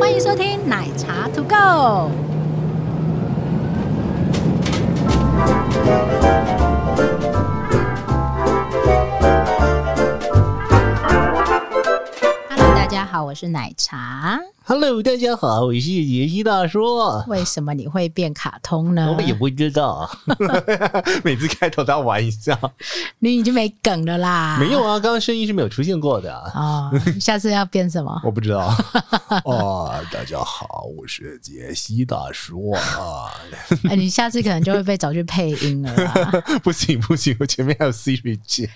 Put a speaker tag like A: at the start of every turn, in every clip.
A: 欢迎收听奶茶 To Go。Hello，大家好，我是奶茶。
B: Hello，大家好，我是杰西大叔。
A: 为什么你会变卡通呢
B: 我？也不知道， 每次开头都要玩一下。
A: 你已经没梗了啦。
B: 没有啊，刚刚声音是没有出现过的啊。
A: 哦，下次要变 什么？
B: 我不知道。哦，大家好，我是杰西大叔 啊。
A: 哎，你下次可能就会被找去配音了啦。
B: 不行不行，我前面还有 Siri 姐。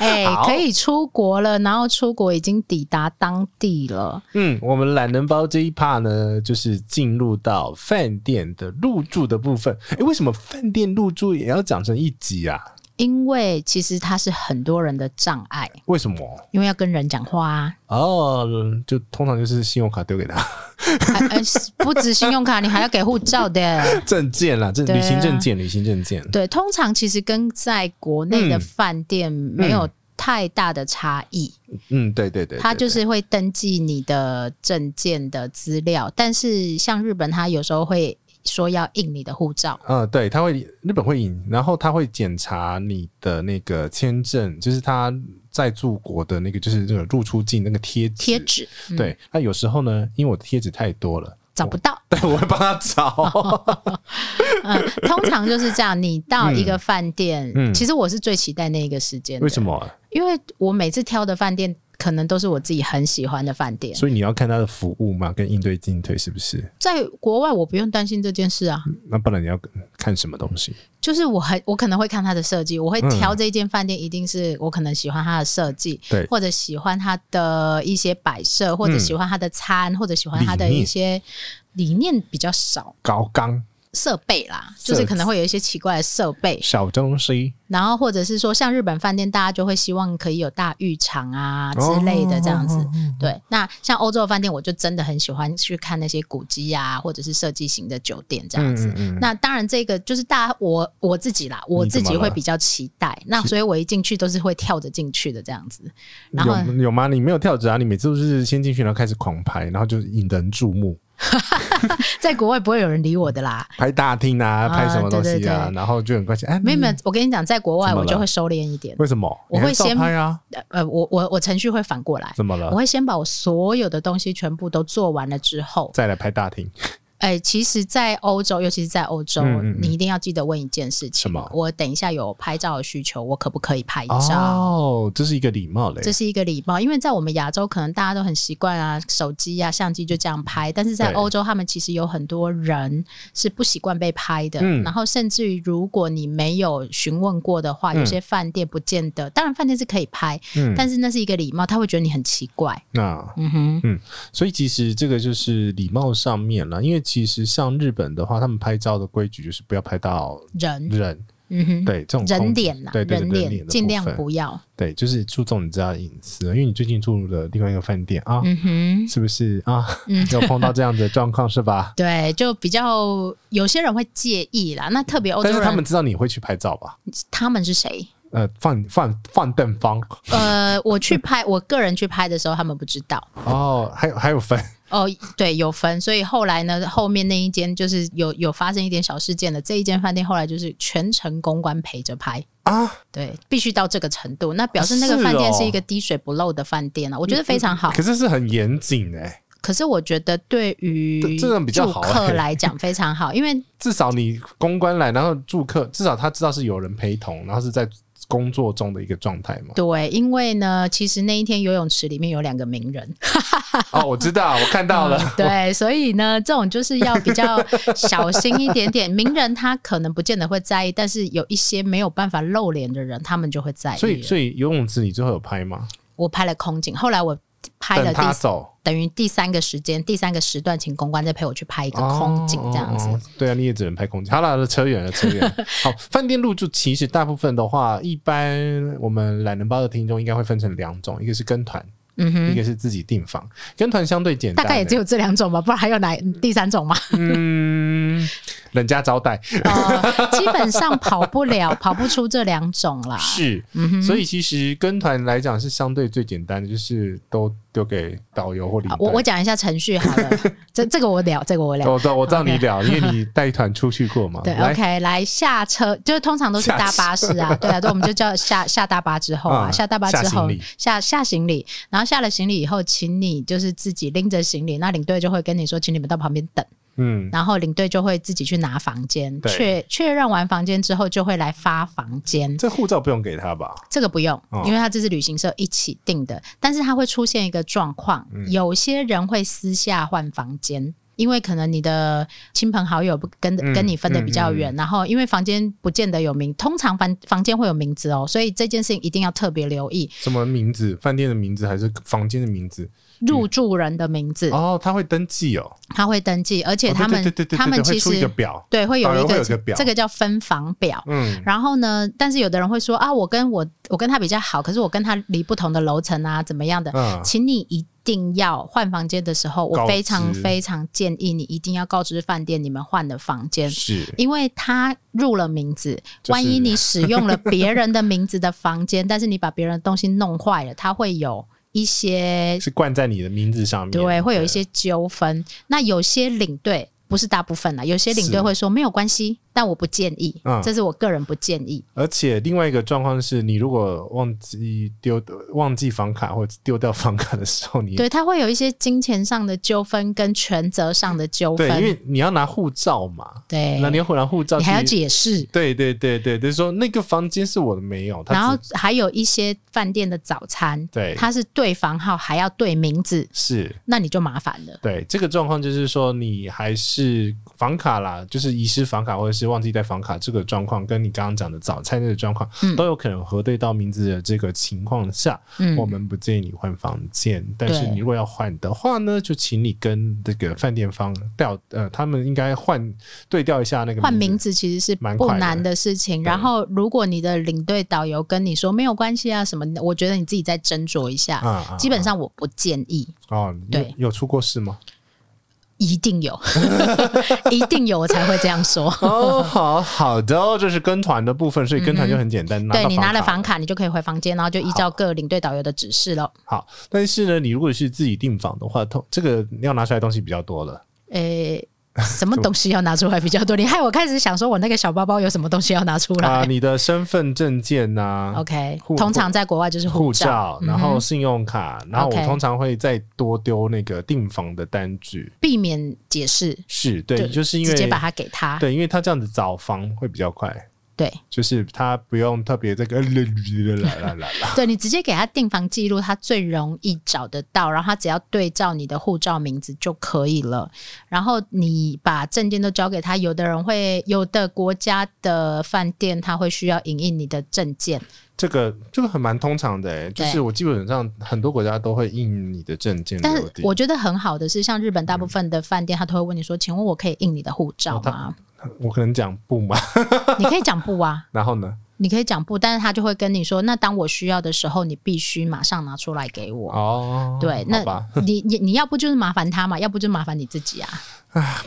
A: 哎、
B: 好
A: 可以出国了，然后出国已经抵达当地了。
B: 嗯，我们懒人包这一 part 呢，就是进入到饭店的入住的部分。哎，为什么饭店入住也要讲成一集啊？
A: 因为其实它是很多人的障碍，
B: 为什么？
A: 因为要跟人讲话啊，
B: 哦，就通常就是信用卡丢给他。
A: 还呃是不止信用卡，你还要给护照 的。
B: 证件啦，证
A: 对啊
B: 旅行证件，旅行证件。
A: 对，通常其实跟在国内的
B: 嗯
A: 饭店没有太大的差异，
B: 嗯，对对对，
A: 它
B: 对
A: 就是会登记你的证件的资料，但是像日本，它有时候会说要印你的护照。
B: 对嗯，对，他会日本会引，然后他会检查你的那个签证，就是他在住国的那个，就是这种入出境那个贴纸
A: 贴。纸、嗯
B: 对，那有时候呢，因为我的贴纸太多了，
A: 找不到，
B: 对，我会帮他找。
A: 嗯，通常就是这样。你到一个饭店，
B: 嗯
A: 其实我是最期待那个时间。
B: 为什？么？
A: 因为我每次挑的饭店，可能都是我自己很喜欢的饭店。
B: 所以你要看他的服务嘛，跟应对进退是不是？
A: 在国外，我不用担心这件事啊。
B: 那不然你要看什么东西？
A: 就是我很，我可能会看它的设计，我会挑这间饭店，一定是我可能喜欢它的设计，
B: 嗯对
A: 或者喜欢它的一些摆设，或者喜欢它的餐，或者喜欢它的
B: 嗯理念
A: 一些理念比较少。
B: 高刚
A: 设备啦，
B: 设
A: 就是可能会有一些奇怪的设备，
B: 小东西
A: 然后或者是说，像日本饭店，大家就会希望可以有大浴场啊之类的这样子。
B: 哦
A: 对，那像欧洲的饭店，我就真的很喜欢去看那些古迹啊，或者是设计型的酒店这样子。
B: 嗯嗯嗯
A: 那当然，这个就是大家我我自己啦，我自
B: 你
A: 己
B: 怎么
A: 会
B: 了
A: 比较期待。那所以我一进去都是会跳着进去的这样子。然后
B: 有有吗？你没有跳着啊？你每次都是先进去，然后开始狂拍，然后就引人注目。
A: 在国外不会有人理我的啦。
B: 拍大厅啊，
A: 啊
B: 拍什么东西啊，
A: 对对对
B: 然后就很关心。哎，
A: 没有没有
B: 你，
A: 我跟你讲，在国外
B: 怎么
A: 我
B: 了
A: 就会收敛一点。
B: 为什么？
A: 我会
B: 你还是照
A: 先
B: 拍啊，
A: 呃，我我我程序会反过来，
B: 怎么
A: 我
B: 了？
A: 会先把我所有的东西全部都做完了之后，
B: 再来拍大厅，
A: 哎、其实，在欧洲，尤其是在欧洲，
B: 嗯嗯嗯
A: 你一定要记得问一件事情：
B: 什么
A: 我等一下有拍照的需求，我可不可以拍照？
B: 哦，这是一个礼貌嘞
A: 这。是一个礼貌，因为在我们亚洲，可能大家都很习惯啊，手机啊、相机就这样拍。但是在
B: 对
A: 欧洲，他们其实有很多人是不习惯被拍的。
B: 嗯
A: 然后，甚至于如果你没有询问过的话，
B: 嗯
A: 有些饭店不见得，当然饭店是可以拍，
B: 嗯，
A: 但是那是一个礼貌，他会觉得你很奇怪。
B: 那
A: 嗯哼，
B: 所以其实这个就是礼貌上面了，因为其实像日本的话，他们拍照的规矩就是不要拍到
A: 人，
B: 人，
A: 嗯哼，
B: 对这种空
A: 人脸呐、
B: 对对
A: 人
B: 对人脸
A: 脸
B: 的
A: 尽
B: 部
A: 量
B: 分
A: 不要。
B: 对，就是注重你家的隐私，因为你最近住的另外一个饭店啊，
A: 嗯哼。
B: 是不是啊
A: 嗯？
B: 有碰到这样子的状况是吧？
A: 对，就比较有些人会介意啦。那特 别欧洲
B: 但是
A: 人，
B: 他们知道你会去拍照吧？
A: 他们是谁？
B: 呃，放放放邓方
A: 呃，我去拍，我个人去拍的时候，他们不知道。
B: 哦，还有还有分
A: 哦，对，有分，所以后来呢，后面那一间就是有有发生一点小事件的，这一间饭店后来就是全程公关陪着拍，
B: 啊，
A: 对，必须到这个程度，那表示那个
B: 是
A: 饭店
B: 哦
A: 是一个滴水不漏的饭店啊，我觉得非常好。
B: 嗯可是是很严谨哎，
A: 可是我觉得对于
B: 这这种比较
A: 住
B: 好
A: 客
B: 欸
A: 来讲非常好，因为。
B: 至少你公关来，然后住客至少他知道是有人陪同，然后是在工作中的一个状态嘛
A: 对，因为呢，其实那一天游泳池里面有两个名人。
B: 哦，我知道，我看到了。
A: 嗯 对，所以呢，这种就是要比较小心一点点。名人他可能不见得会在意，但是有一些没有办法露脸的人，他们就会在意。
B: 所以，所以游泳池你最后有拍吗？
A: 我拍了空景，后来我拍了
B: 等
A: 第
B: 他走
A: 等于第三个时间、第三个时段，请公关再陪我去拍一个空景，这样子。
B: 哦哦哦对啊，你也只能拍空景。好了，扯远了，扯远 了。好，饭店入住其实大部分的话，一般我们懒人包的听众应该会分成两种，一个是跟团，
A: 嗯
B: 一
A: 哼，
B: 个是自己订房，跟团相对简
A: 大
B: 单、
A: 概也只有这两种吧，不然还有哪第三种 吗？
B: 嗯，人家招待
A: 呃，基本上跑不了，跑不出这两种啦。
B: 是，
A: 嗯哼，
B: 所
A: 以
B: 以其实跟团来讲是相对最简单的，就是都丢给导游或领队。
A: 我我讲一下程序好了，这这个我聊，这个我聊。
B: 我知道我知道你
A: OK
B: 聊，因为你带团出去过嘛。
A: 对
B: 来
A: ，OK，来下车，就是通常都是
B: 下
A: 搭巴士 啊，对啊，对，我们就叫下下大巴之后啊，
B: 嗯
A: 下大巴之
B: 下行
A: 后
B: 李
A: 下下行李，然后下了行李以后，请你就是自己拎着行李，那领队就会跟你说，请你们到旁边等，
B: 嗯，
A: 然后领队就会自己去拿房间，
B: 对
A: 确确认完房间之后，就会来发房间。
B: 这护照不用给他吧？
A: 这个不用
B: 哦，
A: 因为它这是旅行社一起定的，但是它会出现一个状况，
B: 嗯
A: 有些人会私下换房间。因为可能你的亲朋好友不跟
B: 嗯
A: 跟你分的比较远，然后因为房间不见得有名，通常房房间会有名字哦，所以这件事情一定要特别留意
B: 什么名字？饭店的名字还是房间的名字？
A: 入住人的名字，
B: 哦，他会登记哦。
A: 他会登记，而且
B: 哦
A: 他们、
B: 对对对对
A: 他们
B: 对对
A: 其
B: 会出一个
A: 实
B: 表，
A: 对会有
B: 导游
A: 一
B: 会
A: 个
B: 有个表
A: 这个叫分房表，
B: 嗯，
A: 然后呢，但是有的人会说啊，我跟我我跟他比较好，可是我跟他离不同的楼层啊，怎么样的？
B: 嗯
A: 请你一定要换房间的时候，
B: 告
A: 我
B: 知
A: 非常非常建议你一定要告知饭店你们换的房间。
B: 是
A: 因为他入了名字，
B: 就是
A: 万一你使用了别人的名字的房间，但是你把别人的东西弄坏了，他会有一些
B: 是冠在你的名字上面，
A: 对，会有一些纠纷。那有些领队不是大部分啊啦，有些领队
B: 是
A: 会说没有关系，但我不建议，
B: 嗯
A: 这是我个人不建议。
B: 而且另外一个状况是，你如果忘记丢忘记房卡或者丢掉房卡的时候，你
A: 对，他会有一些金钱上的纠纷跟权责上的纠
B: 对
A: 纷，
B: 因为你要拿护照嘛，
A: 对
B: 那你要拿护照，
A: 你还要
B: 其实
A: 解释。
B: 对对对对，就是说那个房间是我的没有，他
A: 然后
B: 只
A: 还有一些饭店的早餐，
B: 对
A: 它是对房号还要对名字，
B: 是
A: 那你就麻烦了。
B: 对这个状况就是说你还是房卡啦，就是遗失房卡或者是忘记带房卡这个状况，跟你刚刚讲的早餐这个状况、
A: 嗯
B: 都有可能核对到名字的这个情况下，
A: 嗯
B: 我，们不建议你换房间，但是
A: 对
B: 你如果要换的话呢，就请你跟这个饭店方调，呃，他们应该换对调一下那个
A: 换名
B: 名字，
A: 字其实是
B: 蛮
A: 不
B: 快的
A: 难的事情。
B: 对
A: 然后，如果你的领队导游跟你说没有关系啊什么，我觉得你自己再斟酌一下。
B: 啊啊
A: 基本上我不建议，
B: 哦，
A: 对
B: 有有出过 事吗？
A: 一定有， 一定有，我才会这样说。
B: 哦，好好的哦，这是跟团的部分，所以跟团就很简单，
A: 嗯对你拿
B: 了
A: 了房。卡，你就可以回房间，然后就依照各领队导游的指示 喽。
B: 好，但是呢，你如果是自己订房的话，通这个要拿出来的东西比较多了。
A: 诶、什么东西要拿出来比较多？你害我开始想说，我那个小包包有什么东西要拿出来、
B: 啊，你的身份证件呐、
A: OK，
B: 啊护
A: 通常在国外就是
B: 护
A: 哦照，嗯
B: 照，然后信用卡，然后我
A: OK
B: 通常会再多丢那个订房的单据。
A: 避免解释，
B: 是对，就是因为
A: 直接把它给他。
B: 对，因为他这样子找房会比较快，
A: 对，
B: 就是他不用特别这个呃啦啦啦 啦。
A: 对你直接给他订房记录，他最容易找得到，然后他只要对照你的护照名字就可以了。然后你把证件都交给他，有的人会，有的国家的饭店他会需要影印你的证件。
B: 这个这个很蛮通常的、欸，就
A: 对
B: 是我基本上很多国家都会印你的证件
A: 但
B: 留
A: 是
B: 底。
A: 我觉得很好的是，像日本大部分的饭店，他都会问你说：“请问我可以印你的护照
B: 哦
A: 吗
B: 我可能讲不嘛，？”
A: 你可以讲不啊，
B: 然后呢？
A: 你可以讲不，但是他就会跟你说：“那当我需要的时候，你必须马上拿出来给我。
B: 哦，
A: 对，
B: 好
A: 那
B: 吧，
A: 你你你要不就是麻烦他嘛，要不就麻烦你自己 啊。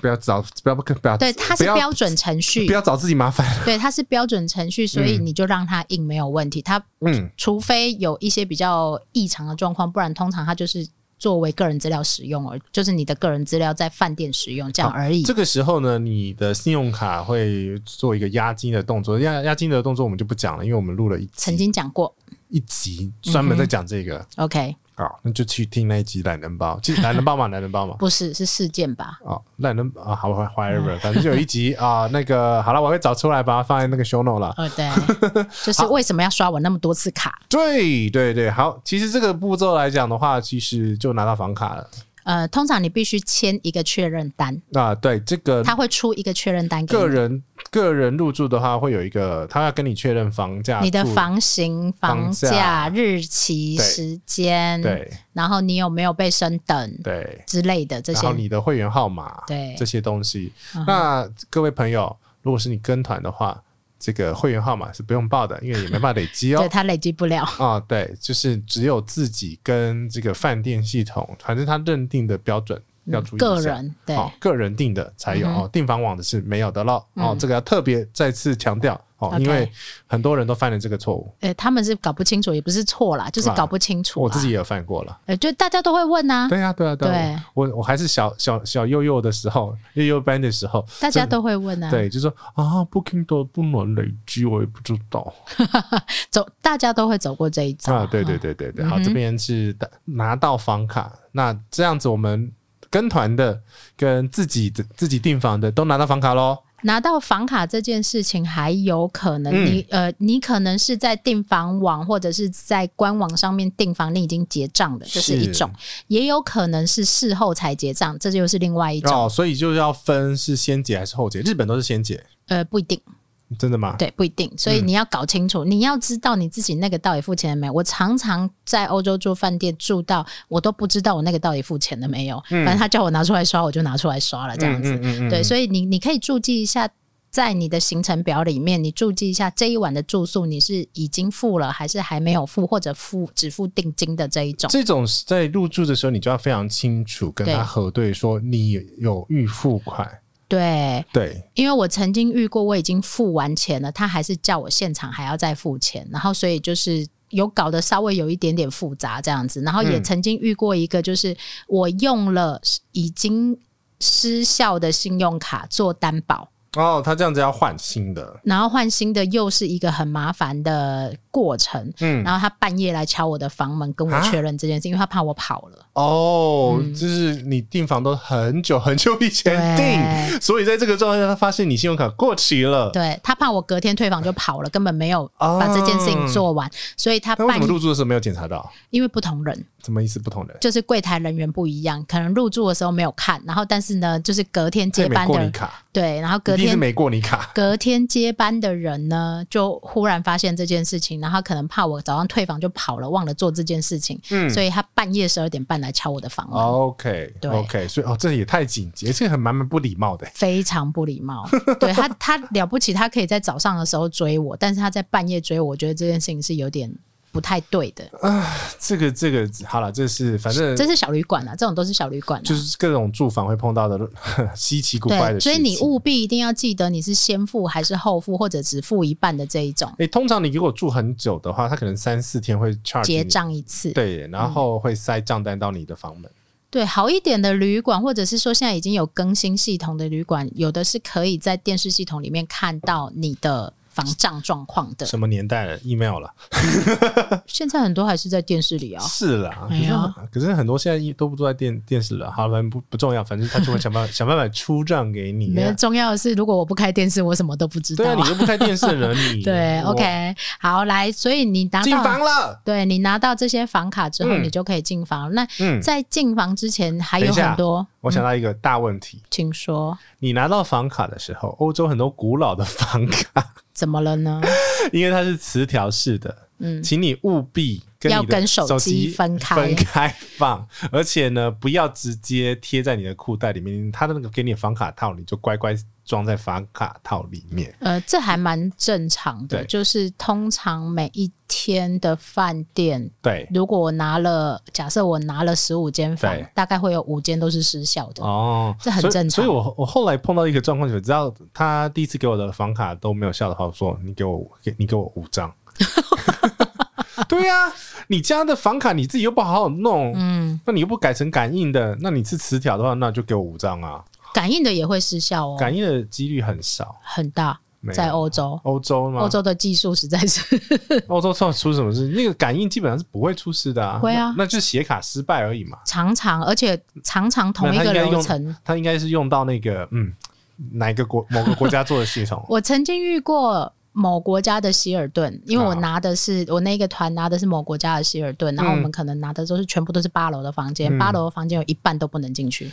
B: 不要找，不要不不要，
A: 对，它是
B: 不要
A: 标准程序
B: 不，要找嗯自己麻烦。
A: 对，它是标准程序，所以你就让他印没有问题。他
B: 嗯，
A: 除非有一些比较异常的状况，不然通常它就是作为个人资料使用而，就是你的个人资料在饭店使用这样而已。
B: 这个时候呢，你的信用卡会做一个押金的动作，押押金的动作我们就不讲了，因为我们录了一集
A: 曾经嗯讲过
B: 一集专门在讲这个。
A: ，OK，
B: 好，那就去听那一集懒人包，其实懒人包嘛，懒人 包嘛。
A: 不是是事件吧？
B: 啊，懒人啊，好，whatever，反正 就有一集啊，那个好了，我会找出来，把它放在那个 show note 了。
A: 呃， 对，就是为什么要刷我那么多次卡？
B: 对对对，好，其实这个步骤来讲的话，其实就拿到房卡了。
A: 呃，通常你必须签一个确认单，
B: 啊，对，这个
A: 他会出一个确认单给
B: 个
A: 你，
B: 人个人入住的话，会有一个他要跟你确认房价、
A: 你的
B: 住
A: 房型、房
B: 房价
A: 价、日期、
B: 对
A: 时间，
B: 对
A: 然后你有没有被升等
B: 对，
A: 之类的嗯这
B: 然
A: 些
B: 后，你的会员号码
A: 对
B: 这些东西
A: 嗯。
B: 那各位朋友，如果是你跟团的话，这个会员号码是不用报的，因为也没办法累积哦
A: 对。他累积不了。
B: 啊、对，就是只有自己跟这个饭店系统，反正他认定的标准 要注意一下。
A: 嗯个人对、
B: 哦，个人定的才有、
A: 嗯哼
B: 哦，订房网的是没有的咯。哦，
A: 嗯
B: 这个要特别再次强调哦，
A: OK
B: 因为很多人都犯了这个错误，
A: 呃，他们是搞不清楚，也不是错啦，就是
B: 啊
A: 搞不清楚、啊。
B: 我自己也有犯过了。
A: 呃，就大家都会问啊，
B: 对呀、对呀、对呀、
A: 对
B: 我我还是小小小幼幼的时候，幼幼班的时候，
A: 大家
B: 真的
A: 都会问啊，
B: 对，就说啊，Booking 都不能累积，我也不知
A: 哦
B: 道
A: 走，大家都会走过这一遭
B: 啊。对对，对对对，
A: 嗯
B: 好，这边是打拿到房卡，那这样子我们跟团的、跟自己的、自己订房的都拿到房卡喽。
A: 拿到房卡这件事情还有可能
B: 嗯
A: 你、呃，你可能是在订房网或者是在官网上面订房，你已经结账的，这是一
B: 是
A: 种；也有可能是事后才结账，这就是另外一种。
B: 哦，所以就要分是先结还是后结，日本都是先结，
A: 呃，不一定，
B: 真的吗？
A: 对，不一定。所
B: 嗯
A: 以你要搞清楚，你要知道你自己那个到底付钱了没。我常常在欧洲住饭店住到我都不知道我那个到底付钱了没有，反正他叫我拿出来刷，我就拿出来刷了，这样子。
B: 嗯嗯嗯嗯
A: 对，所以你你可以注记一下，在你的行程表里面，你注记一下这一晚的住宿你是已经付了，还是还没有付，或者付只付定金的这一种。
B: 这种是在入住的时候，你就要非常清楚跟
A: 对
B: 他核对，说你有预付款。
A: 对，
B: 对，
A: 因为我曾经遇过，我已经付完钱了，他还是叫我现场还要再付钱，然后所以就是。有搞得稍微有一点点复杂这样子，然后也
B: 嗯
A: 曾经遇过一个，就是我用了已经失效的信用卡做担保，
B: 哦，他这样子要换新的，
A: 然后换新的又是一个很麻烦的过程。
B: 嗯，
A: 然后他半夜来敲我的房门，跟我
B: 啊
A: 确认这件事，因为他怕我跑了。
B: 哦，就是你订房都很久很久以前
A: 对
B: 订，所以在这个状态下，他发现你信用卡过期了，
A: 对他怕我隔天退房就跑了，根本没有
B: 哦
A: 把这件事情做完，所以他
B: 啊那为
A: 半
B: 什么
A: 夜
B: 入住的时候没有检查到？
A: 因为不同人，
B: 什么意思？不同人，
A: 就是柜台人员不一样，可能入住的时候没有看，然后但是呢，就是隔天
B: 这
A: 接
B: 也
A: 班的
B: 没过你
A: 人
B: 卡，
A: 对，然后隔
B: 一定是
A: 天
B: 没过你卡。
A: 隔天接班的人呢，就忽然发现这件事情，然后他可能怕我早上退房就跑了，忘了做这件事情，
B: 嗯
A: 所以他半夜十二点半来敲我的房门。
B: OK
A: 嗯对
B: OK，所以哦，这也太紧急，这个很蛮蛮不礼貌的。
A: 非常不礼貌。对他，他了不起，他可以在早上的时候追我，但是他在半夜追我，我觉得这件事情是有点不太对的。
B: 这个这个好了，这是反正
A: 这是小旅馆啊，这种都是小旅馆、啊。
B: 呃就是各种住房会碰到的 稀奇古怪
A: 对，
B: 的事
A: 所
B: 情。
A: 以你务必一定要记得你是先付还是后付，或者只付一半的这一种，
B: 诶、通常你如果住很久的话，他可能三四天会 charge
A: 结
B: 你，
A: 账一次。
B: 对，
A: 嗯
B: 然后会塞账单到你的房门。
A: 对，好一点的旅馆，或者是说现在已经有更新系统的旅馆，有的是可以在电视系统里面看到你的房账状况的。
B: 什么年代了？email 了？
A: 现在很多还是在电视里啊、
B: 是啦，可
A: 哎
B: 是
A: 呀
B: 很可是很多现在都不住在电电视了，好，反正不不重要，反正他就会想 办法想办法出账给你啊
A: 没。有重要的是，如果我不开电视，我什么都不知道啊。
B: 对啊，你又不开电视的人，你
A: 对
B: 我
A: ，OK，好，来，所以你拿
B: 哦进房
A: 到，
B: 了。
A: 对你拿到这些房卡之后，
B: 嗯
A: 你就可以进房。那
B: 嗯，
A: 在进房之前还
B: 等
A: 有
B: 一下
A: 很多，
B: 我想到一个大问题，
A: 请说，
B: 你拿到房卡的时候，欧洲很多古老的房卡，
A: 怎么了呢？
B: 因为它是磁条式的，
A: 嗯，
B: 请你务必跟
A: 要
B: 你的
A: 跟手
B: 手
A: 机
B: 机
A: 分开
B: 分开放，而且呢，不要直接贴在你的裤袋里面，他的那个给你的房卡套，你就乖乖装在房卡套里面。
A: 呃，这还蛮正常的，
B: 对
A: 就是通常每一天的饭店。
B: 对，
A: 如果我拿了，假设我拿了十五间房
B: 对，
A: 大概会有五间都是失效的。
B: 哦，
A: 嗯这很正常
B: 所以，所以我我后来碰到一个状况，就知道他第一次给我的房卡都没有效的话，我说你给我给你给我五 张。对呀、你家的房卡你自己又不好好弄，
A: 嗯，
B: 那你又不改成感应的，那你是磁条的话，那就给我五张啊。
A: 感应的也会失效哦，
B: 感应的几率很少，
A: 很大
B: 没，有
A: 在欧洲，
B: 欧洲吗？
A: 欧洲的技术实在是
B: 欧洲到底出什么事？那个感应基本上是不会出事的啊，
A: 会啊
B: 那那就是写卡失败而已嘛。
A: 常常，而且常常同一
B: 那
A: 个
B: 他应该
A: 流
B: 用
A: 程。
B: 它应该是用到那个嗯，哪一个国某个国家做的系统
A: 我曾经遇过某国家的希尔顿，因为
B: 啊
A: 我拿的是、我那个团拿的是某国家的希尔顿，然后我们可能拿的都是全部都是八楼的房间，
B: 嗯
A: 八楼的房间有一半都不能进去。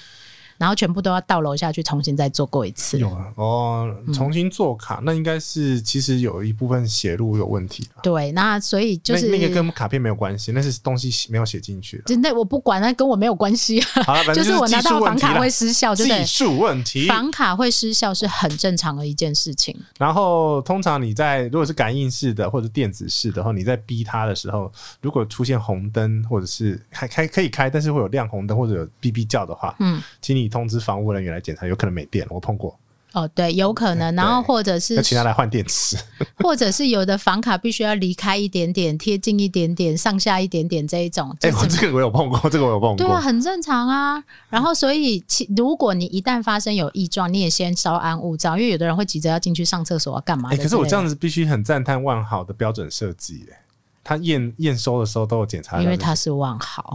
A: 然后全部都要到楼下去重新再做过一次。
B: 有啊，哦，
A: 嗯
B: 重新做卡，那应该是其实有一部分写入有问题了。
A: 对，那所以就是
B: 那那个跟卡片没有关系，那是东西没有写 进去的。
A: 真的我不管，那跟我没有关系啊。
B: 好了，反
A: 就
B: 正
A: 是我拿
B: 技术
A: 到
B: 问
A: 房
B: 题
A: 卡
B: 啦
A: 会失效，对不
B: 技
A: 对？
B: 术问题。
A: 房卡会失效是很正常的一件事情。
B: 然后通常你在如果是感应式的或者电子式的，然后你在逼它的时候，如果出现红灯或者是还开可以开，但是会有亮红灯或者有哔哔叫的话，
A: 嗯，
B: 请你通知房屋人员来检查，有可能没电了，我碰过，
A: 哦，对，有可能，然后
B: 哎对
A: 或者是
B: 要请他来换电 池。
A: 或者是有的房卡必须要离开一点点，贴近一点点，上下一点点这一种，
B: 哎、
A: 这
B: 我
A: 是
B: 这个我有碰过，这个我有碰
A: 对
B: 过。
A: 啊，很正常啊。然后，所以其如果你一旦发生有异状，你也先稍安勿躁，因为有的人会急着要进去上厕所啊，干嘛
B: 哎、
A: 的、
B: 可是我这样，子必须很赞叹万好的标准设计、哎，他验验收的时候都有检查到这
A: 因
B: 些，
A: 为他是万豪，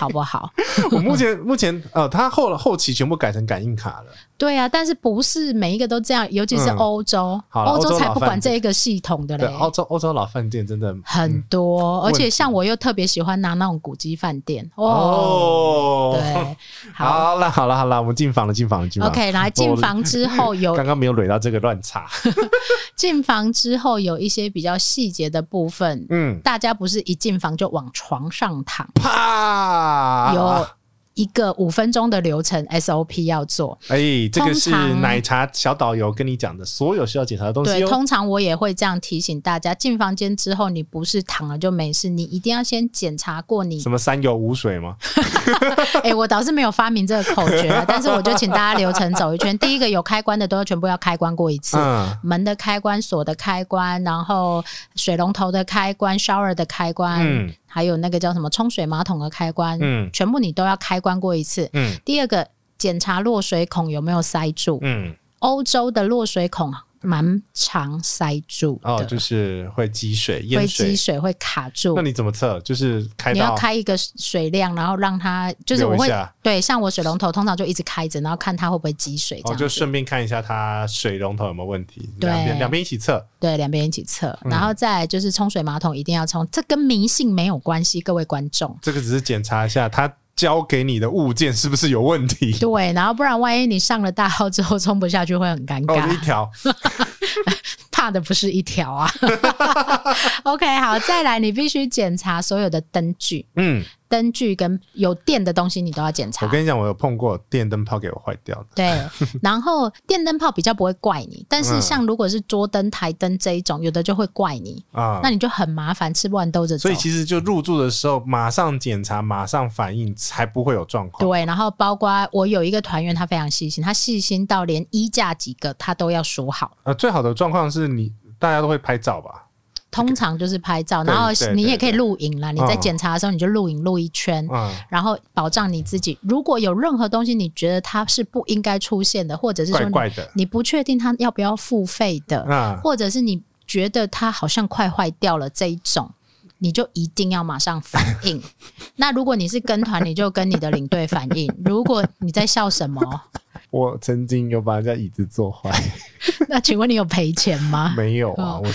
A: 好不好？
B: 我目前目前呃，他后后期全部改成感应卡了。
A: 对啊，但是不是每一个都这样，尤其是
B: 嗯
A: 欧洲，
B: 好啦
A: 欧、
B: 欧洲
A: 洲才
B: 老
A: 不
B: 饭
A: 管这一个系统的嘞
B: 对，。欧洲欧洲老饭店真的
A: 很多，而
B: 问
A: 且
B: 题
A: 像我又特别喜欢拿那种古迹饭店哦，
B: 哦。
A: 对，好
B: 好了好了好了，我们进房了进房了进房了。
A: ，OK，来进房之后有
B: 刚刚没有捋到这个乱查，
A: 进房之后有一些比较细节的部分，
B: 嗯，
A: 大家不是一进房就往床上躺，
B: 啪，
A: 有一个五分钟的流程 SOP 要做。
B: 哎、这个是
A: 通常
B: 奶茶小导游跟你讲的，所有需要检查的东西哦
A: 对，
B: 哟、
A: 通常我也会这样提醒大家：进房间之后，你不是躺了就没事，你一定要先检查过你
B: 什么三油五水吗？
A: 哎、我倒是没有发明这个口诀 啊，但是我就请大家流程走一圈。第一个有开关的都要全部要开关过一次。
B: 嗯，
A: 门的开关、锁的开关，然后水龙头的开关、shower 的开关，
B: 嗯
A: 还有那个叫什么冲水马桶的开关，
B: 嗯
A: 全部你都要开关过一次。
B: 嗯
A: 第二个，检查落水孔有没有塞住。
B: 嗯，
A: 欧洲的落水孔蛮常塞住的，
B: 哦，就是会积水
A: 会积
B: 淹水，
A: 水会卡住
B: 那。你怎么测？就是开
A: 你要
B: 到
A: 开一个水量，然后让它就是
B: 流
A: 我
B: 一
A: 会
B: 下
A: 对，像我水龙头通常就一直开着，然后看它会不会积水这
B: 哦，
A: 样
B: 就
A: 子。
B: 顺便看一下它水龙头有没有问题，
A: 对
B: 两边两边一起测。
A: 对，两边一起测，
B: 嗯
A: 然后再来就是冲水马桶一定要冲，这跟迷信没有关系，各位观众。
B: 这个只是检查一下他交给你的物件是不是有问题。
A: 对，然后不然万一你上了大号之后冲不下去会很尴
B: 哦，
A: 尬，
B: 就一条，
A: 怕的不是一条啊。OK，好，再来，你必须检查所有的灯具，
B: 嗯，
A: 灯具跟有电的东西你都要检查
B: 我。跟你讲，我有碰过电灯泡给我坏掉的，
A: 对，然后电灯泡比较不会怪你，但是
B: 嗯
A: 像如果是桌灯、台灯这一种，有的就会怪你，
B: 啊
A: 那。你就很麻烦，吃不完兜着走
B: 所以。其实就入住的时候，马上检查，马上反应，才不会有状况。
A: 对，然后包括我有一个团员，他非常细心，他细心到连衣架几个他都要数好。
B: 呃，最好的状况是你大家都会拍照吧？
A: 通常就是拍照，
B: 对
A: 然后
B: 对
A: 你也
B: 对
A: 可以
B: 对
A: 录影啦。你在
B: 嗯
A: 检查的时候，你就录影录一圈，
B: 嗯，
A: 然后保障你自己。如果有任何东西你觉得它是不应该出现的，或者是说
B: 怪
A: 你
B: 怪的。
A: 你不确定它要不要付费的，
B: 啊，
A: 或者是你觉得它好像快坏掉了这一种，你就一定要马上反应。 那如果你是跟团，你就跟你的领队反应。如果你在笑什么，
B: 我曾经有把人家椅子坐坏，
A: 那请问你有赔钱吗？
B: 没有啊，
A: 哦
B: 我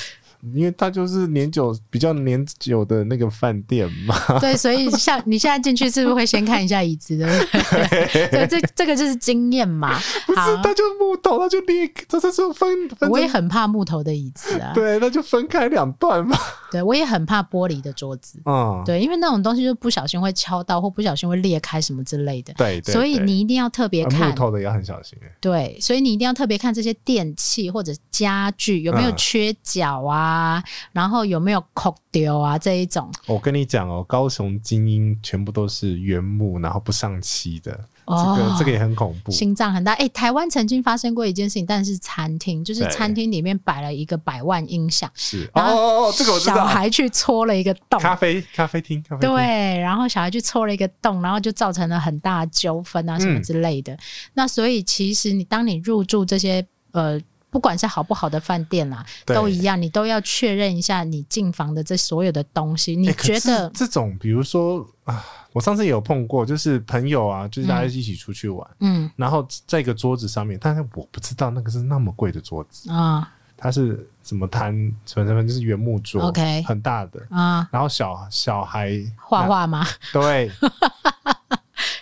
B: 因为他就是年久比较年久的那个饭店嘛，
A: 对，所以像你现在进去是不是会先看一下椅子，对不对？对， 这这个就是经验嘛。
B: 不是，
A: 好，
B: 它就木头，它就裂，它它就分分
A: 我也
B: 成，
A: 很怕木头的椅子啊，
B: 对，那就分开两段嘛。
A: 对我也很怕玻璃的桌子，
B: 嗯，
A: 对，因为那种东西就不小心会敲到，或不小心会裂开什么之类的。
B: 对对
A: 所以
B: 对
A: 你一定要特别
B: 呃
A: 看
B: 木，头的也要很小心欸。
A: 对，所以你一定要特别看这些电器或者家具有没有
B: 嗯
A: 缺角啊，然后有没有抠丢啊这一种。
B: 我跟你讲哦，高雄精英全部都是原木，然后不上漆的，这
A: 哦
B: 个这个也很恐怖。
A: 心脏很大。哎、台湾曾经发生过一件事情，但是餐厅就是
B: 对
A: 餐厅里面摆了一个百万音响，
B: 是哦
A: 然后
B: 哦哦，这个我知
A: 小
B: 道。
A: 孩去戳了一个洞。
B: 咖啡咖啡厅，咖啡厅，
A: 对，然后小孩去戳了一个洞，然后就造成了很大的纠纷啊，什么
B: 嗯
A: 之类的。那所以其实你当你入住这些呃，不管是好不好的饭店啦，
B: 对
A: 都一样，你都要确认一下你进房的这所有的东西。你
B: 欸可
A: 觉
B: 是
A: 得
B: 这种，比如说啊，我上次也有碰过，就是朋友啊，就是大家一起出去玩，
A: 嗯
B: 然后在一个桌子上面，但是我不知道那个是那么贵的桌子，
A: 啊
B: 它是什么摊，什么什么就是原木桌
A: OK
B: 很大的。
A: 啊
B: 然后小小孩
A: 画，画吗？
B: 对，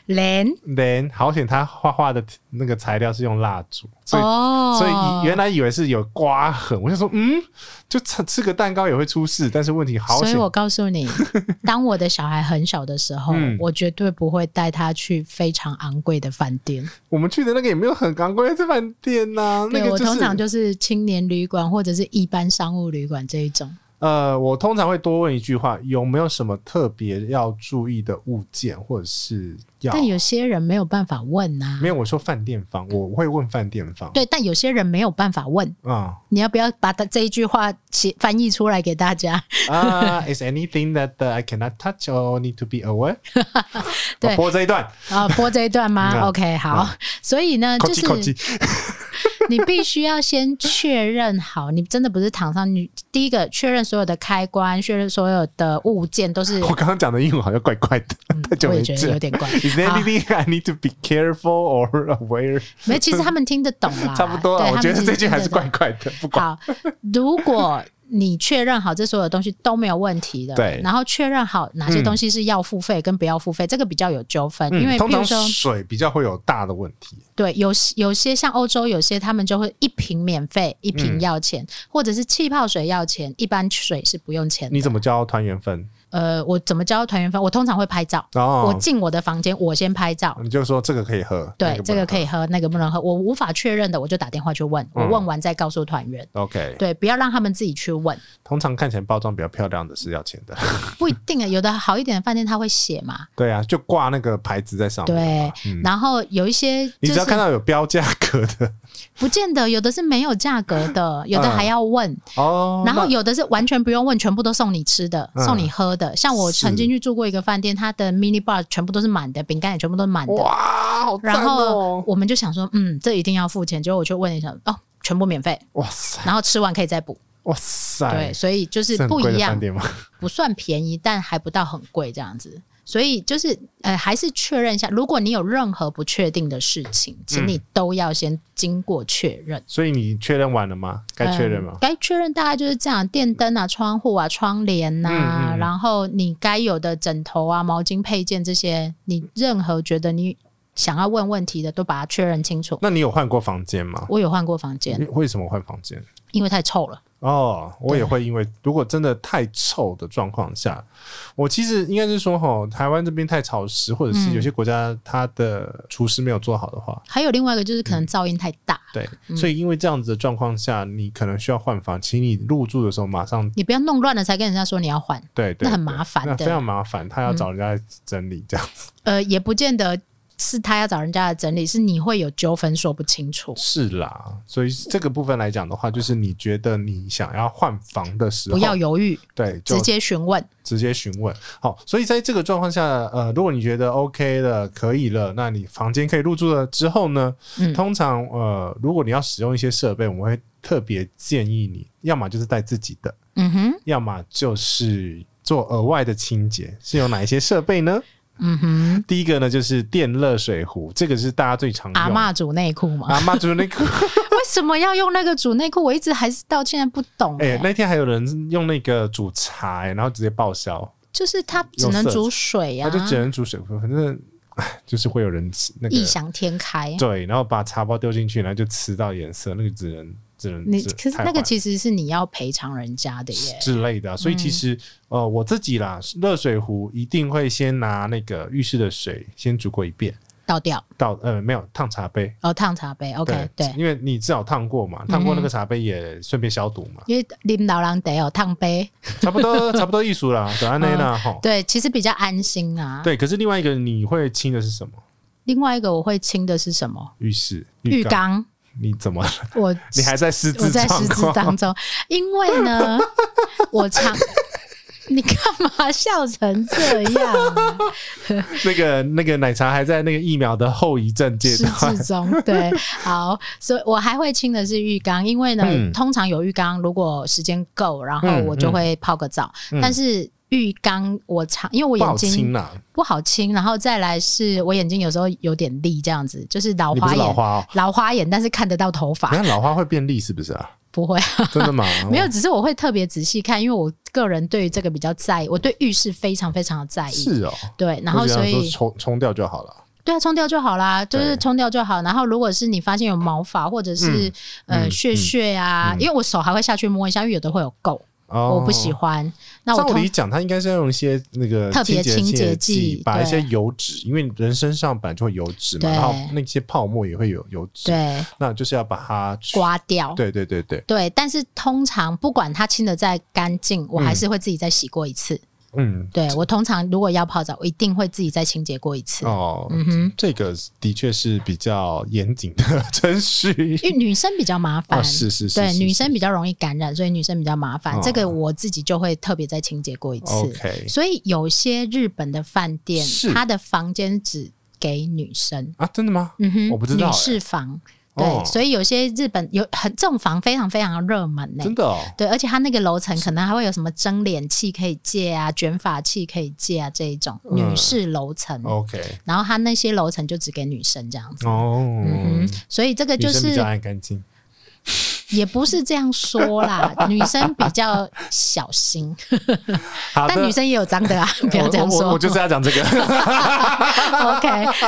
A: 连
B: then 好险，他画画的那个材料是用蜡烛，所以、
A: 哦，
B: 所以以原来以为是有刮痕，我就说嗯，就吃吃个蛋糕也会出事，但是问题好
A: 所以
B: 险
A: 我告诉 你，当我的小孩很小的时候，
B: 嗯
A: 我绝对不会带他去非常昂贵的饭店。
B: 我们去的那个也没有很昂贵，这饭店呐、那
A: 对
B: 个
A: 我
B: 就是
A: 通常就是青年旅馆或者是一般商务旅馆这一种。
B: 呃，我通常会多问一句话，有没有什么特别要注意的物件，或者是要？
A: 但有些人没有办法问呐、
B: 没有，我说饭店房，我会问饭店房。
A: 对，但有些人没有办法问。
B: 啊
A: 你要不要把他这一句话写翻译出来给大 家？
B: 啊、i s anything that uh, I cannot touch or need to be aware？
A: 对
B: 我播这一段，
A: 啊，播这一段吗、
B: 嗯啊
A: o k 好。
B: 啊
A: 所以呢，
B: 扣
A: 呃就
B: 机扣机
A: 是。你必须要先确认好，你真的不是躺上你第一个确认所有的开关，确认所有的物件都是。
B: 我刚刚讲的英文好像怪怪的，太
A: 嗯
B: 久
A: 我
B: 没
A: 也觉得有
B: 见。
A: 点怪，
B: Is there
A: 好
B: anything I need to be careful or aware？
A: 没，其实他们听得懂啦，
B: 差不多啊
A: 对
B: 了，我
A: 他们
B: 觉得
A: 其实
B: 这句还是
A: 听得懂
B: 怪怪的，不管。
A: 好，如果你确认好这所有东西都没有问题的，
B: 对嗯
A: 然后确认好哪些东西是要付费跟不要付费，这个比较有纠纷，因为
B: 通
A: 譬如
B: 常
A: 说，
B: 水比较会有大的问题。
A: 对，有有些像欧洲，有些他们就会一瓶免费，一瓶要钱，
B: 嗯
A: 或者是气泡水要钱，一般水是不用钱的。
B: 你怎么教团员分？
A: 呃，我怎么教团员方？我通常会拍照，我
B: 哦，
A: 进我的房间，我先拍照。
B: 你就说这个可以喝，
A: 对，这个可
B: 以。
A: 以喝，那个不能喝。我无法确认的，我就打电话去问，我
B: 嗯
A: 问完再告诉团员。
B: OK，
A: 对，不要让他们自己去问。
B: 通常看起来包装比较漂亮的是要钱的。
A: 不一定啊，有的好一点的饭店他会写嘛，
B: 对啊，就挂那个牌子在上面嘛。嗯，
A: 然后有一些
B: 你
A: 就
B: 只要看
A: 是
B: 到有标价格的
A: 不见得，有的是没有价格的，有的还要问，
B: 嗯哦，
A: 然后
B: 那
A: 有的是完全不用问，全部都送你吃的，
B: 嗯
A: 送你喝的。像我曾经去住过一个饭店，它的 mini bar 全部都是满的，饼干也全部都是满的，
B: 哇，好赞
A: 然后
B: 哦！
A: 我们就想说，嗯，这一定要付钱，结果我就问一下，哦，全部免费，
B: 哇塞，
A: 然后吃完可以再补，
B: 哇塞，
A: 对，所以就是
B: 很
A: 不
B: 贵
A: 一
B: 的
A: 样
B: 饭，店吗？
A: 不算便宜，但还不到很贵这样子。所以就是呃，还是确认一下，如果你有任何不确定的事
B: 嗯
A: 情，请你都要先经过确认。
B: 所以你确认完了吗？该确认
A: 嗯
B: 吗？
A: 该确认大概就是这样：电灯啊、窗户啊、窗帘呐、
B: 嗯嗯嗯
A: 然后你该有的枕头啊、毛巾配件这些，你任何觉得你想要问问题的，都把它确认清楚。
B: 那你有换过房间吗？
A: 我有换过房间，
B: 为什么换房间？
A: 因为太臭了。
B: 哦，我也
A: 对
B: 会因为如果真的太臭的状况下，我其实应该是说哈，台湾这边太潮湿，或者是
A: 嗯
B: 有些国家它的厨师没有做好的话，
A: 还有另外一个就是可能噪音太大，
B: 对，
A: 嗯
B: 所以因为这样子的状况下，你可能需要换房，请你入住的时候马上
A: 你不要弄乱了才跟人家说你要换，
B: 对对，
A: 那很
B: 对
A: 麻烦
B: 那
A: 的嗯
B: 非常麻烦，他要找人家来整理这样。
A: 呃，也不见得是他要找人家的整理，是你会有纠纷说不清楚。
B: 是啦，所以这个部分来讲的话，就是你觉得你想要换房的时候，
A: 不要犹豫，
B: 对，就
A: 直接询问。
B: 直接询问。好，所以在这个状况下，呃，如果你觉得 OK 了，可以了，那你房间可以入住了之后呢，
A: 嗯
B: 通常呃，如果你要使用一些设备，我们会特别建议你，要么就是带自己的，
A: 嗯哼，
B: 要么就是做额外的清洁。是有哪一些设备呢？
A: 嗯哼，
B: 第一个呢，就是电热水壶，这个是大家最常
A: 阿
B: 用的。
A: 嬷煮内裤嘛？
B: 阿妈就是那个，
A: 为什么要用那个煮内裤？我一直还是到现在不懂、
B: 哎、
A: 欸。
B: 那天还有人用那个煮茶、哎然后直接报销，
A: 就是它只能煮水啊呀、
B: 他就只能煮水壶，反正哎，就是会有人那个
A: 异想天开。啊
B: 对，然后把茶包丢进去，然后就吃到颜色，那个只能只能
A: 你
B: 只
A: 可是
B: 太
A: 那个
B: 缓
A: 其实是你要赔偿人家的耶。
B: 之类的啊、所以其实、
A: 嗯
B: 呃，我自己啦，热水壶一定会先拿那个浴室的水先煮过一遍，
A: 倒掉，
B: 到呃没有烫茶杯。
A: 哦，烫茶杯，OK，对，嗯
B: 因为你至少烫过嘛，烫过那个茶杯也顺便消毒嘛，
A: 因为淋老狼得有烫杯，
B: 差不多 差不多艺术啦，啊早安内娜哈。
A: 嗯对，其实比较安心啊。
B: 对，可是另外一个你会清的是什么？
A: 另外一个我会清的是什么？
B: 浴室
A: 浴
B: 缸？
A: 缸，
B: 你怎么了？
A: 我
B: 你还在失
A: 我
B: 智
A: 在
B: 状
A: 失智
B: 况？
A: 当中，因为呢，我常。你干嘛笑成这样啊、
B: 那个那个奶茶还在那个疫苗的后遗症阶
A: 失
B: 段。
A: 智中，对，好，所以我还会清的是浴缸，因为呢，
B: 嗯
A: 通常有浴缸，如果时间够，然后
B: 嗯
A: 我就会泡个澡。
B: 嗯
A: 但是浴缸我常，因为我
B: 不好
A: 眼睛
B: 清啊啦，
A: 不好清，然后再来是我眼睛有时候有点力，这样子就是老
B: 你不
A: 花
B: 是
A: 眼，
B: 老花啊哦。
A: 老花眼，但是看得到头
B: 你
A: 发，
B: 看老花会变利是不 是啊？
A: 不会。？
B: 真的吗哦
A: 没有，只是我会特别仔细看，因为我个人对于这个比较在意，我对浴室非常非常的在意。
B: 是哦。
A: 对，然后
B: 我觉
A: 所
B: 得说
A: 以
B: 冲冲掉就好了。
A: 对啊，冲掉就好啦，就是
B: 对
A: 冲掉就好。然后如果是你发现有毛发或者是、
B: 嗯
A: 呃
B: 嗯
A: 血血啊，
B: 嗯
A: 因为我手还会下去摸一下，因为有的会有垢，
B: 哦
A: 我不喜。欢。那我
B: 照
A: 通
B: 理讲，它应该是要用一些那个
A: 特别
B: 清
A: 清洁
B: 剂
A: 剂，
B: 把一些
A: 对
B: 油脂，因为人身上本来就会有油脂嘛，
A: 对
B: 然后那些泡沫也会有油脂，
A: 对
B: 那就是要把它去。
A: 刮掉。
B: 对对对对，
A: 对，但是通常不管它清的再干净，我还
B: 嗯
A: 是会自己再洗过一次。
B: 嗯，
A: 对我通常如果要泡澡，我一定会自己再清洁过一次。
B: 哦，
A: 嗯哼，
B: 这个的确是比较严谨 的 程序
A: 因为女生比较麻烦，
B: 啊，是是是，
A: 对
B: 是是
A: 女生比较容易感染，所以女生比较麻烦。
B: 哦
A: 这个我自己就会特别再清洁过一次。
B: OK
A: 所以有些日本的饭店
B: 是，
A: 它的房间只给女生。
B: 啊，真的吗？
A: 嗯哼，
B: 我不知
A: 女
B: 道欸
A: 士房。对，
B: 哦
A: 所以有些日本有很这种房非常非常热门呢、
B: 真的哦，
A: 对，而且它那个楼层可能还会有什么蒸脸器可以借啊、卷发器可以借啊这一种
B: 嗯哦
A: 女士楼层。
B: OK，
A: 然后它那些楼层就只给女生这样子。
B: 哦，
A: 嗯哼，所以这个就
B: 女生比
A: 是
B: 较爱干净，
A: 也不是这样说 啦，女生比较小心，
B: 好的
A: 但女生也有脏的啊，不要这样
B: 我我
A: 说。
B: 我就是要讲这个，
A: OK，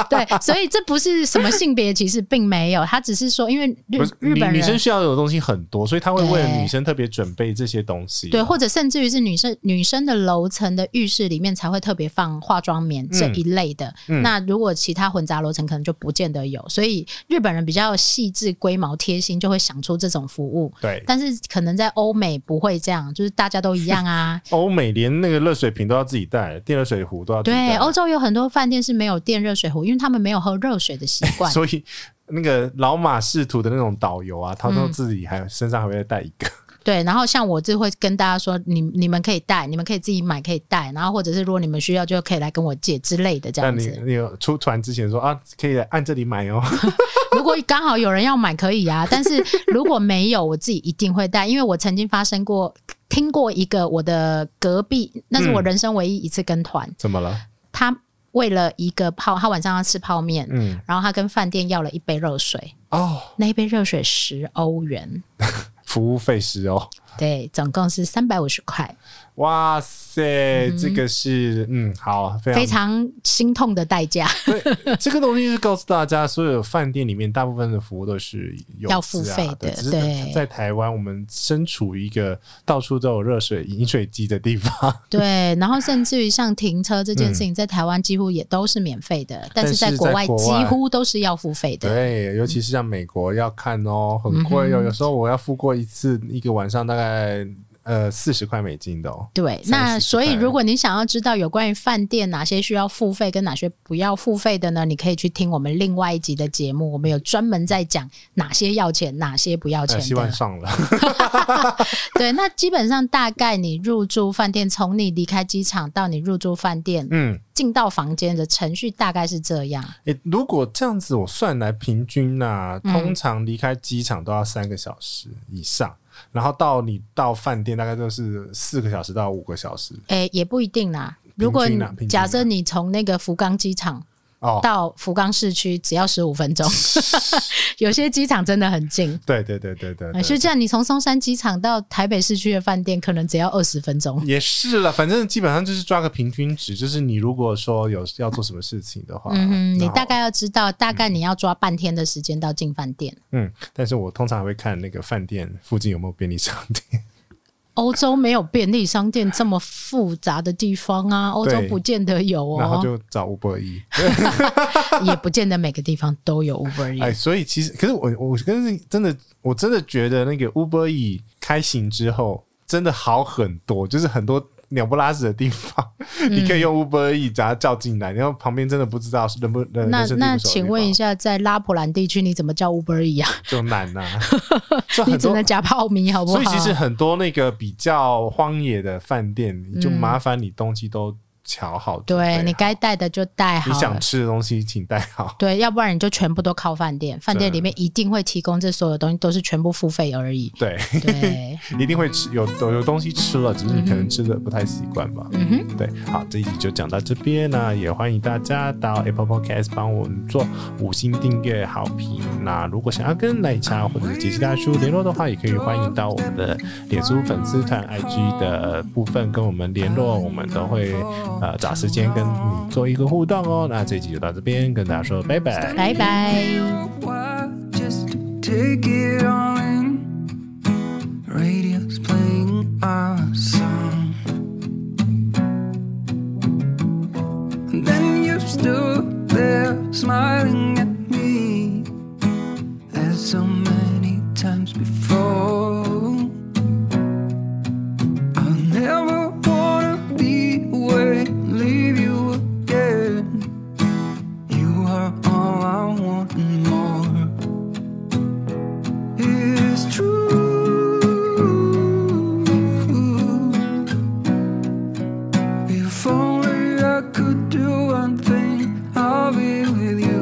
A: 对，所以这不是什么性别歧视，并没有，他只是说，因为日
B: 不是
A: 日
B: 女
A: 本
B: 女生
A: 人。
B: 需要有的东西很多，所以她会为了
A: 对
B: 女生特别准备这些东西，
A: 对，或者甚至于是女生女生的楼层的浴室里面才会特别放化妆棉这一类的。
B: 嗯
A: 那如果其他混杂楼层可能就不见得有，所以日本人比较细致、龟毛、贴心，就会想出这种服务。
B: 对。
A: 但是可能在欧美不会这样，就是大家都一样啊，
B: 欧美连那个热水瓶都要自己带，电热水壶都要自己
A: 对，
B: 带，
A: 欧洲有很多饭店是没有电热水壶，因为他们没有喝热水的习惯。
B: 所以那个老马仕途的那种导游啊，他都自己还身上还会再带一个，
A: 对，然后像我就会跟大家说，你你们可以带，你们可以自己买，可以带，然后或者是如果你们需要，就可以来跟我借之类的这
B: 那
A: 样
B: 你
A: 子。
B: 你有出团之前说啊，可以来按这里买哦，
A: 如果刚好有人要买，可以啊，但是如果没有，我自己一定会带，因为我曾经发生过。听过一个我的隔壁，那是我
B: 嗯
A: 人生唯一一次跟团。
B: 怎么了？
A: 他为了一个泡，他晚上要吃泡面，
B: 嗯，
A: 然后他跟饭店要了一杯热水，
B: 哦，
A: 那一杯热水十欧元，
B: 服务费是哦，
A: 对，总共是三百五十块，
B: 哇塞，这个是嗯，好，非常
A: 非常心痛的代价，
B: 对，这个东西是告诉大家，所有饭店里面大部分的服务都是有
A: 要
B: 资
A: 付
B: 啊
A: 费的
B: 只是
A: 对
B: 在台湾我们身处一个到处都有热水饮水机的地方，
A: 对。然后甚至于像停车这件事情，在台湾几乎也都是免费的，但是在国外
B: 嗯但是在国外
A: 几乎都是要付费的。
B: 对，尤其是像美国要看哦，
A: 嗯
B: 很贵哦，有时候我要付过一次一个晚上大概呃四十块美金的哦。
A: 对，
B: 三
A: 那
B: 十
A: 所以
B: 块
A: 如果你想要知道有关于饭店哪些需要付费跟哪些不要付费的呢，你可以去听我们另外一集的节目，我们有专门在讲哪些要钱，哪些不要钱
B: 呃，希
A: 的
B: 望。上了，
A: 对，那基本上大概你入住饭店，从你离开机场到你入住饭店，
B: 嗯，
A: 进到房间的程序大概是这样。
B: 诶、如果这样子我算来平均呐、
A: 嗯
B: 通常离开机场都要三个小时以上，然后到你到饭店大概就是四个小时到五个小时
A: 诶、也不一定啦。如果
B: 哎平
A: 你
B: 均啦平均啦
A: 假设你从那个福冈机场
B: 哦。
A: 到福冈市区，只要十五分 钟，有些机场真的很近。
B: 对对对对对
A: 呃
B: 对，
A: 就这样，你从松山机场到台北市区的饭店，可能只要二十分钟。
B: 也是了，反正基本上就是抓个平均值，就是你如果说有要做什么事情的话，
A: 嗯哼，
B: 然
A: 你
B: 后
A: 大概要知道，大概你要抓半天的时间到进饭店。
B: 嗯，但是我通常会看那个饭店附近有没有便利商店，
A: 欧洲没有便利商店这么复杂的地方啊，欧洲
B: 对
A: 不见得有
B: 然后
A: 哦，
B: 就找五百一。
A: 也不见得每个地方都有 Uber
B: 哎，
A: Eats。
B: 所以其实，可是我我跟是真的，我真的觉得那个 Uber E 开行之后，真的好很多，就是很多鸟不拉屎的地方， 你可以
A: 嗯
B: 用 Uber E 把它叫进来，然后旁边真的不知道是能不能
A: 那那请问一
B: 下，
A: 下，在拉普兰地区你怎么叫 Uber E 啊？
B: 就难呐、 所以
A: 你
B: 很
A: 只
B: 多
A: 能假泡米，好不好？
B: 所以其实很多那个比较荒野的饭店，你就麻烦你东西都瞧好，准备
A: 对
B: 好
A: 你该带的就带
B: 啊你
A: 好
B: 想
A: 了。
B: 吃的东西请带好。。
A: 对，要不然你就全部都靠饭店，饭店里面一定会提供这所有东西，都是全部付费而已
B: 对，
A: 对，
B: 一定会吃有有有东西吃了，只是你可能吃的不太习惯吧。
A: 嗯哼，
B: 对，好，这一集就讲到这边那也欢迎大家到 Apple Podcast 帮我们做五星订阅好评。那如果想要跟奶茶或者杰西大叔联络的话，也可以欢迎到我们的脸书粉丝团 IG 的部分跟我们联络，我们都会呃找时间跟你做一个互动哦。那这集就到这边，跟大家说拜拜。
A: 拜拜。
C: Just take it all in. Radio's playing our song. And then you stood there smiling at me as so many times before. I'll never wanna be away, leave you again. You are all I want and more. It's true. If only I could do one thing, I'll be with you.